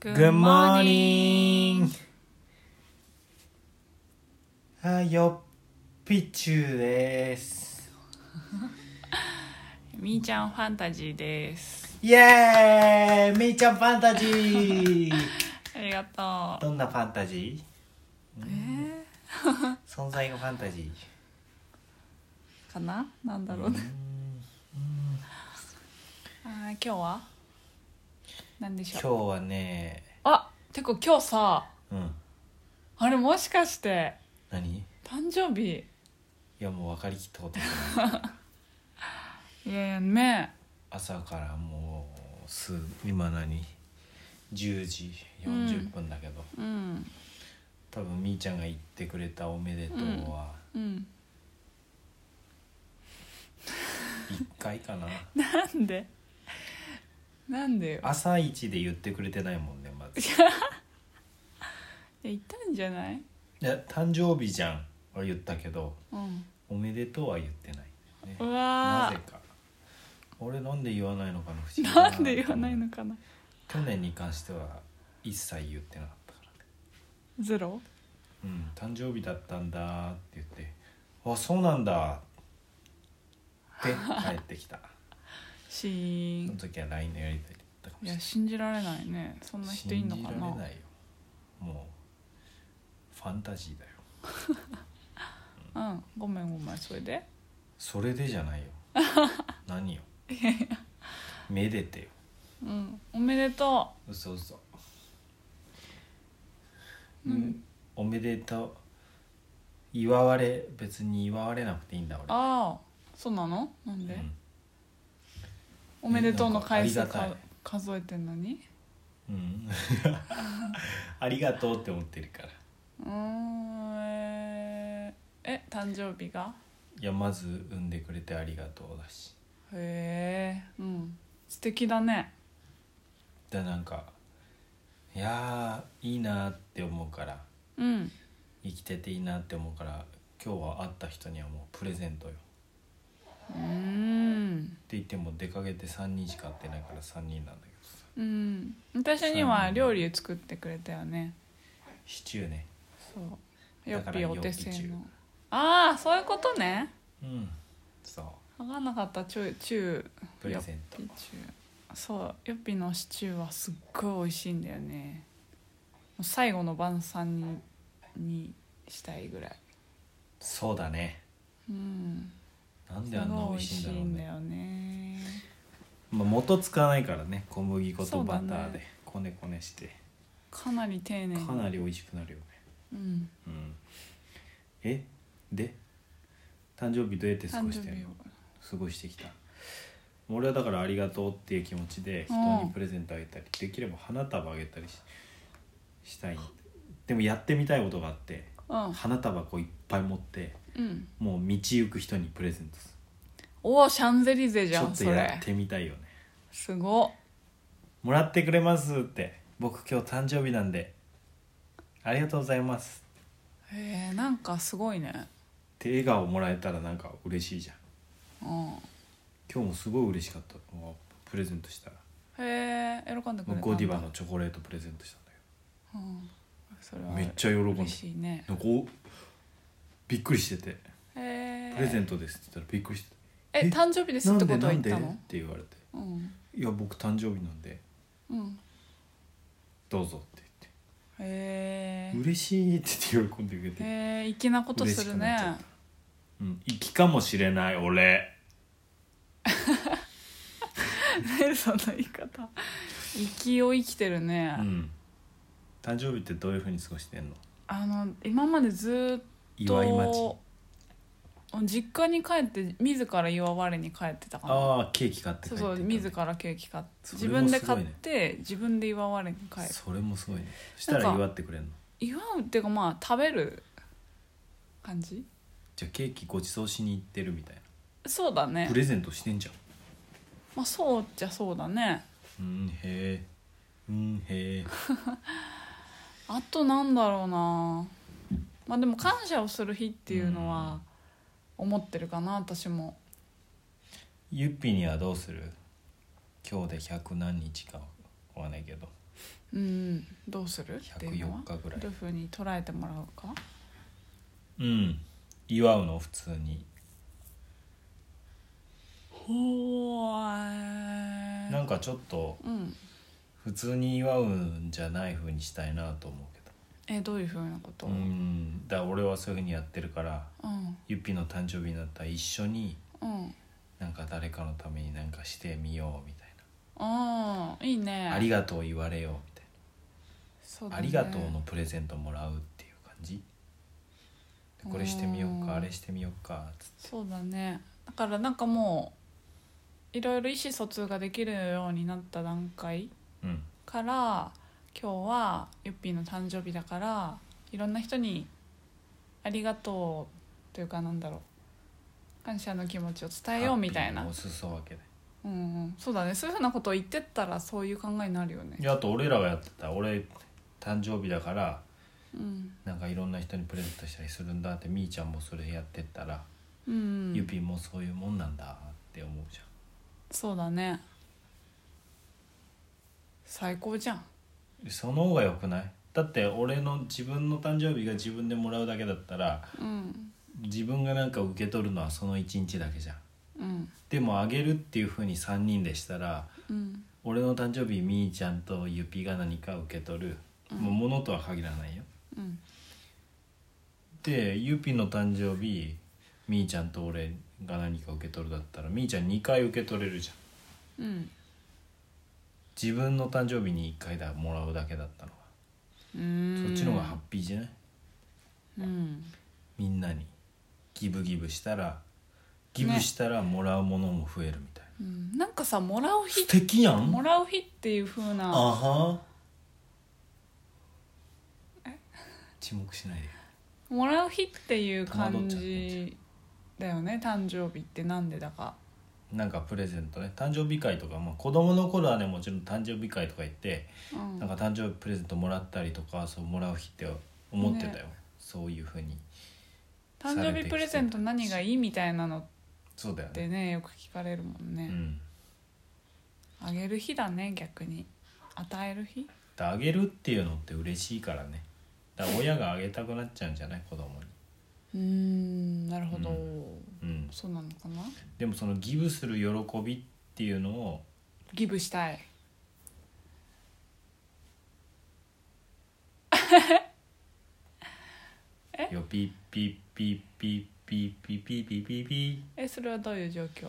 Good morning! はよっぴちゅうです。みーちゃんファンタジーですイエーイみーちゃんファンタジーありがとどんなファンタジうえー存在がファンタジー、かななんだーろううんね、あー今日は何でし今ょう日はね、あてか今日さうん、あれもしかして何い誕生日やもう分かりきったこといやいやね朝からもうす今何10時40分だけど、うん多分みーちゃんが言ってくれた「おめでとうは」うん一回かな、なんでなんでよ朝一で言ってくれてないもんねまずいいや言ったんじゃないや誕生日じゃんは言ったけどうんおめでとうは言ってない、ねう、なわぜか俺なんで言わないのかな不思議ーだなんで言わないのかな去年に関しては一切言ってなかったからゼロうん、誕生日だったんだって言って「あそうなんだ」って帰ってきたシーそのン時は LINE のやり取りだったかもいしれやない信じられないねそんな人いんのか信じられなないよもうファンタジーだようんごめんごめんそれでそれでじゃ ないよ何よめでてようんおめでと嘘嘘ううんおめでとう祝われ別に祝われなくていいんだ俺ああそうなのなんで、うんおめでとうの回数なんかありかがたい数えてんのにうん ありがとうって思ってるからうーんえーえ誕生日がいやまず産んでくれてありがとうだしへえうん素敵だねでなんかいやーいいなって思うからうん生きてていいなって思うから今日は会った人にはもうプレゼントようーんって言っても出かけて3人しか会ってないから3人なんだけどさうん私には料理作ってくれたよねシチューねそうよだかっらぴお手製よっぴ中のああそういうことねうんそう分かんなかったちゅちゅプレゼントピチュそうヨッピのシチューはすっごい美味しいんだよねもう最後の晩餐ににしたいぐらいそうだねうんなんすであんなご美い美味味しいんしだいろうんだねよねまあ、元使わないからね小麦粉とバタそうだーでねこねこねしてかなり丁寧にかなり美味しくなるよねうんうんえで誕生日どうやって過誕生ごしてん日のを過ごしてきた俺はだからありがとうっていう気持ちで人にプレゼントあげたりできれば花束あげたりししたいでもやってみたいことがあってうん花束こういっぱい持ってうんもう道行く人にプレゼントすおおシャンゼリゼるじちょゃんっとそやれってみたいよねすごもらってくれますって僕今日誕生日なんでありがとうございますっへえなんかすごいねって笑顔もらえたらなんか嬉しいじゃんうん今日もすごい嬉しかったもうプレゼントしたらへえ喜んでくれたんだゴディバのチョコレートプレゼントしたんだうんそれけどはめっちゃ喜んで嬉しいねなんかおびっくりしてて「へえプレゼントです」って言ったらびっくりしてええ誕生日で「すなっんてでことなは言んっで?」たっのて言われてうん「いや僕誕生日なんでうんどうぞ」ってへ言って「嬉しい」って言って喜んでくれえてへえ粋なことする嬉しくなっちゃねったうん粋かもしれない俺ねその言い方粋を生きてるね、うん誕生日ってどういうふうに過ごしてんのあの今までずっ祝い待ちと実家に帰って自ら祝われに帰ってたからああケーキ買って帰そっうてたそねう自らケーキ買ってそ自れも分ですごい買ねって自分で祝われに帰るそれもすごいねそしたらなんか祝ってくれんの祝うっていうかまあ食べる感じじゃあケーキごちそうしに行ってるみたいそうだなねプレゼントしてんじゃんまあそうじゃそうだねうんへえうんへえあとなんだろうなまあでも感謝をする日っていうのは思ってるかな私もゆっぴにはどうする今日で100何日かわかんないけどうんどうするっていうのは104日ぐらいどういうふうに捉えてもらうかうん祝うの普通にほなーんかちょっとうん普通に祝うんじゃない風にしたいなと思うけえどういうふうなことどうんだから俺はそういう風にやってるからうんゆっぴの誕生日になったら一緒にうんなんか誰かのためになんかしてみようみたいああいいねなありがとう言われようみたいそうなだあねりがとうのプレゼントもらうっていう感じでこれしてみよううかんあれしてみようかつっそうだねだからなんかもういろいろ意思疎通ができるようになった段階てうんから今日はゆっぴーの誕生日だからいろんな人にありがとうというかなんだろう感謝の気持ちを伝えようみたいハなッピーのお裾分けでうんうんそうだねそういうふうなことを言ってったらそういう考えになるよねいやあと俺らがやってた俺誕生日だからうんなんかいろんな人にプレゼントしたりするんだってみーちゃんもそれやってったら、うんうんゆぴもそういうもんなんだって思うじそうだね最高じゃんゃんその方がよくないだって俺の自分の誕生日が自分でもらうだけだったらうん自分がなんか受け取るのはその1日だけじゃうんんでもあげるっていう風に3人でしたらうん俺の誕生日みーちゃんとゆぴが何か受け取る、もうものとは限らないようんでゆぴの誕生日みーちゃんと俺が何か受け取るだったらみーちゃん2回受け取れるじゃんうん自分の誕生日に1回だもらうだけだったのはうんそっちの方がハッピーじゃないうんみんなにギブギブしたらギブしたらもらうものも増えるみたいな、うんなんかさもらう日素敵やんもらう日っていう風あなは沈黙しないでもらう日っていう戸惑感っちゃうじだよね誕生日ってなんでだかなんかプレゼントね誕生日会とか、まあ、子供の頃はねもちろん誕生日会とか行って、うんなんか誕生日プレゼントもらったりとかそうもらう日って思ってたよ、そういうふうに誕生日プレゼント何がいいみたいなのっそうだよねてねよく聞かれるもんうねんあげる日だね逆に与える日であげるっていうのって嬉しいからねだから親があげたくなっちゃうんじゃない子供にうーんなるほど、ううんそうなのかなでもそのギブする喜びっていうのをギブしたいよピッピッピッピッピッピッピッピッピッピえそれはどういう状況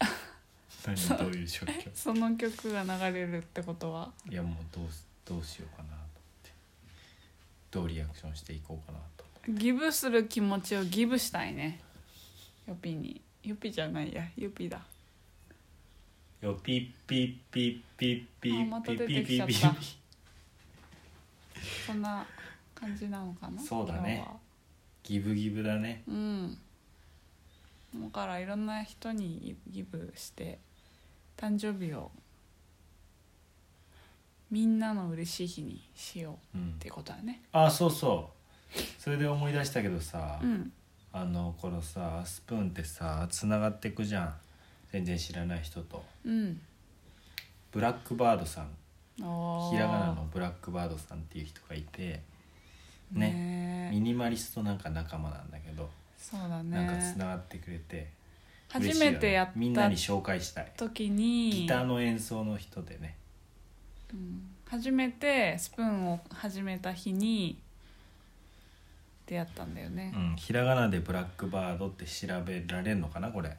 ッ何どういう状況その曲が流れるってことはいやもうどうすどうしようかなと思ってどうリアクションしていこうかなとギブする気持ちをギブしたいねヨピにヨピじゃないやヨピだよピッピッピッピッピあまッたピッ出ピてきッピちゃッったピッピそんな感じなのかなそうだ今ね日はギブギブだねうんだからいろんな人にギブして誕生日をみんなの嬉しい日にしよううんってことだねあそうそうそれで思い出したけどさ、うんあの頃さスプーンってさつながってくじゃん全然知らない人とうんブラックバードさんひらがひらがなのブラックバードさんっていう人がいてねねミニマリストなんか仲間なんだけど、そうだなんかねつながってくれて嬉初しいよめてやねみんっなたに紹介したい時にギターの演奏の人でねうん初めてスプーンを始めた日に出会ったんだよね、うんひらがなでブラックバードって調べられるのかなこれ、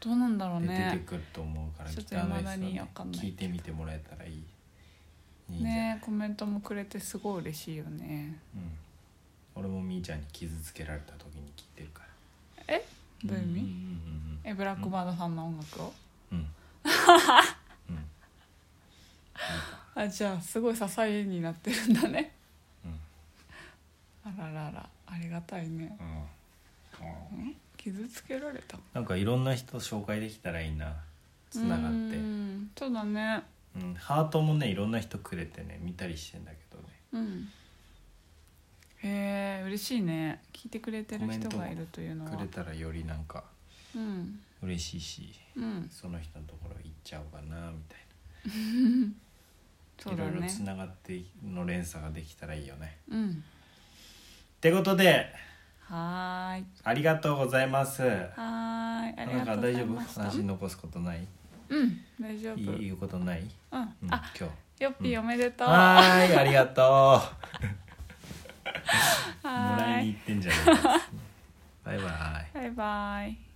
どうなんだろうで出てねくると思うからちょギっとターの演奏未だにねわかんない聞いてみてもらえたらいいいいんじゃない、ねコメントもくれてすごい嬉しいよねうん、俺もみーちゃんに傷つけられた時に聞いてるからえどういう意味んんえブラックバードさんの音楽をうんうんうんうんあじゃあすごい支えになってるんだねうんあらららありがたいねうんん傷つけられたなんかいろんな人紹介できたらいいなつながってう、んそうだねうん、ハートもねいろんな人くれてね見たりしてんだけどねうんへえ嬉しいね聞いてくれてる人がいるというのはくれたらよりなんかうん嬉しいしうんその人のところ行っちゃおうかなみたいそいうだろいろねつながっていの連鎖ができたらいいよね。うんってことではーいありがとうございます。はーいありなんがかとうご大ざ丈い夫ました話に残すことないうん大丈夫いい言うことない、うんうん、今あ日。よっぴーおめでとうはーいありがとう。も はらーいにい行ってんじゃないか。バイバイ。バイバイ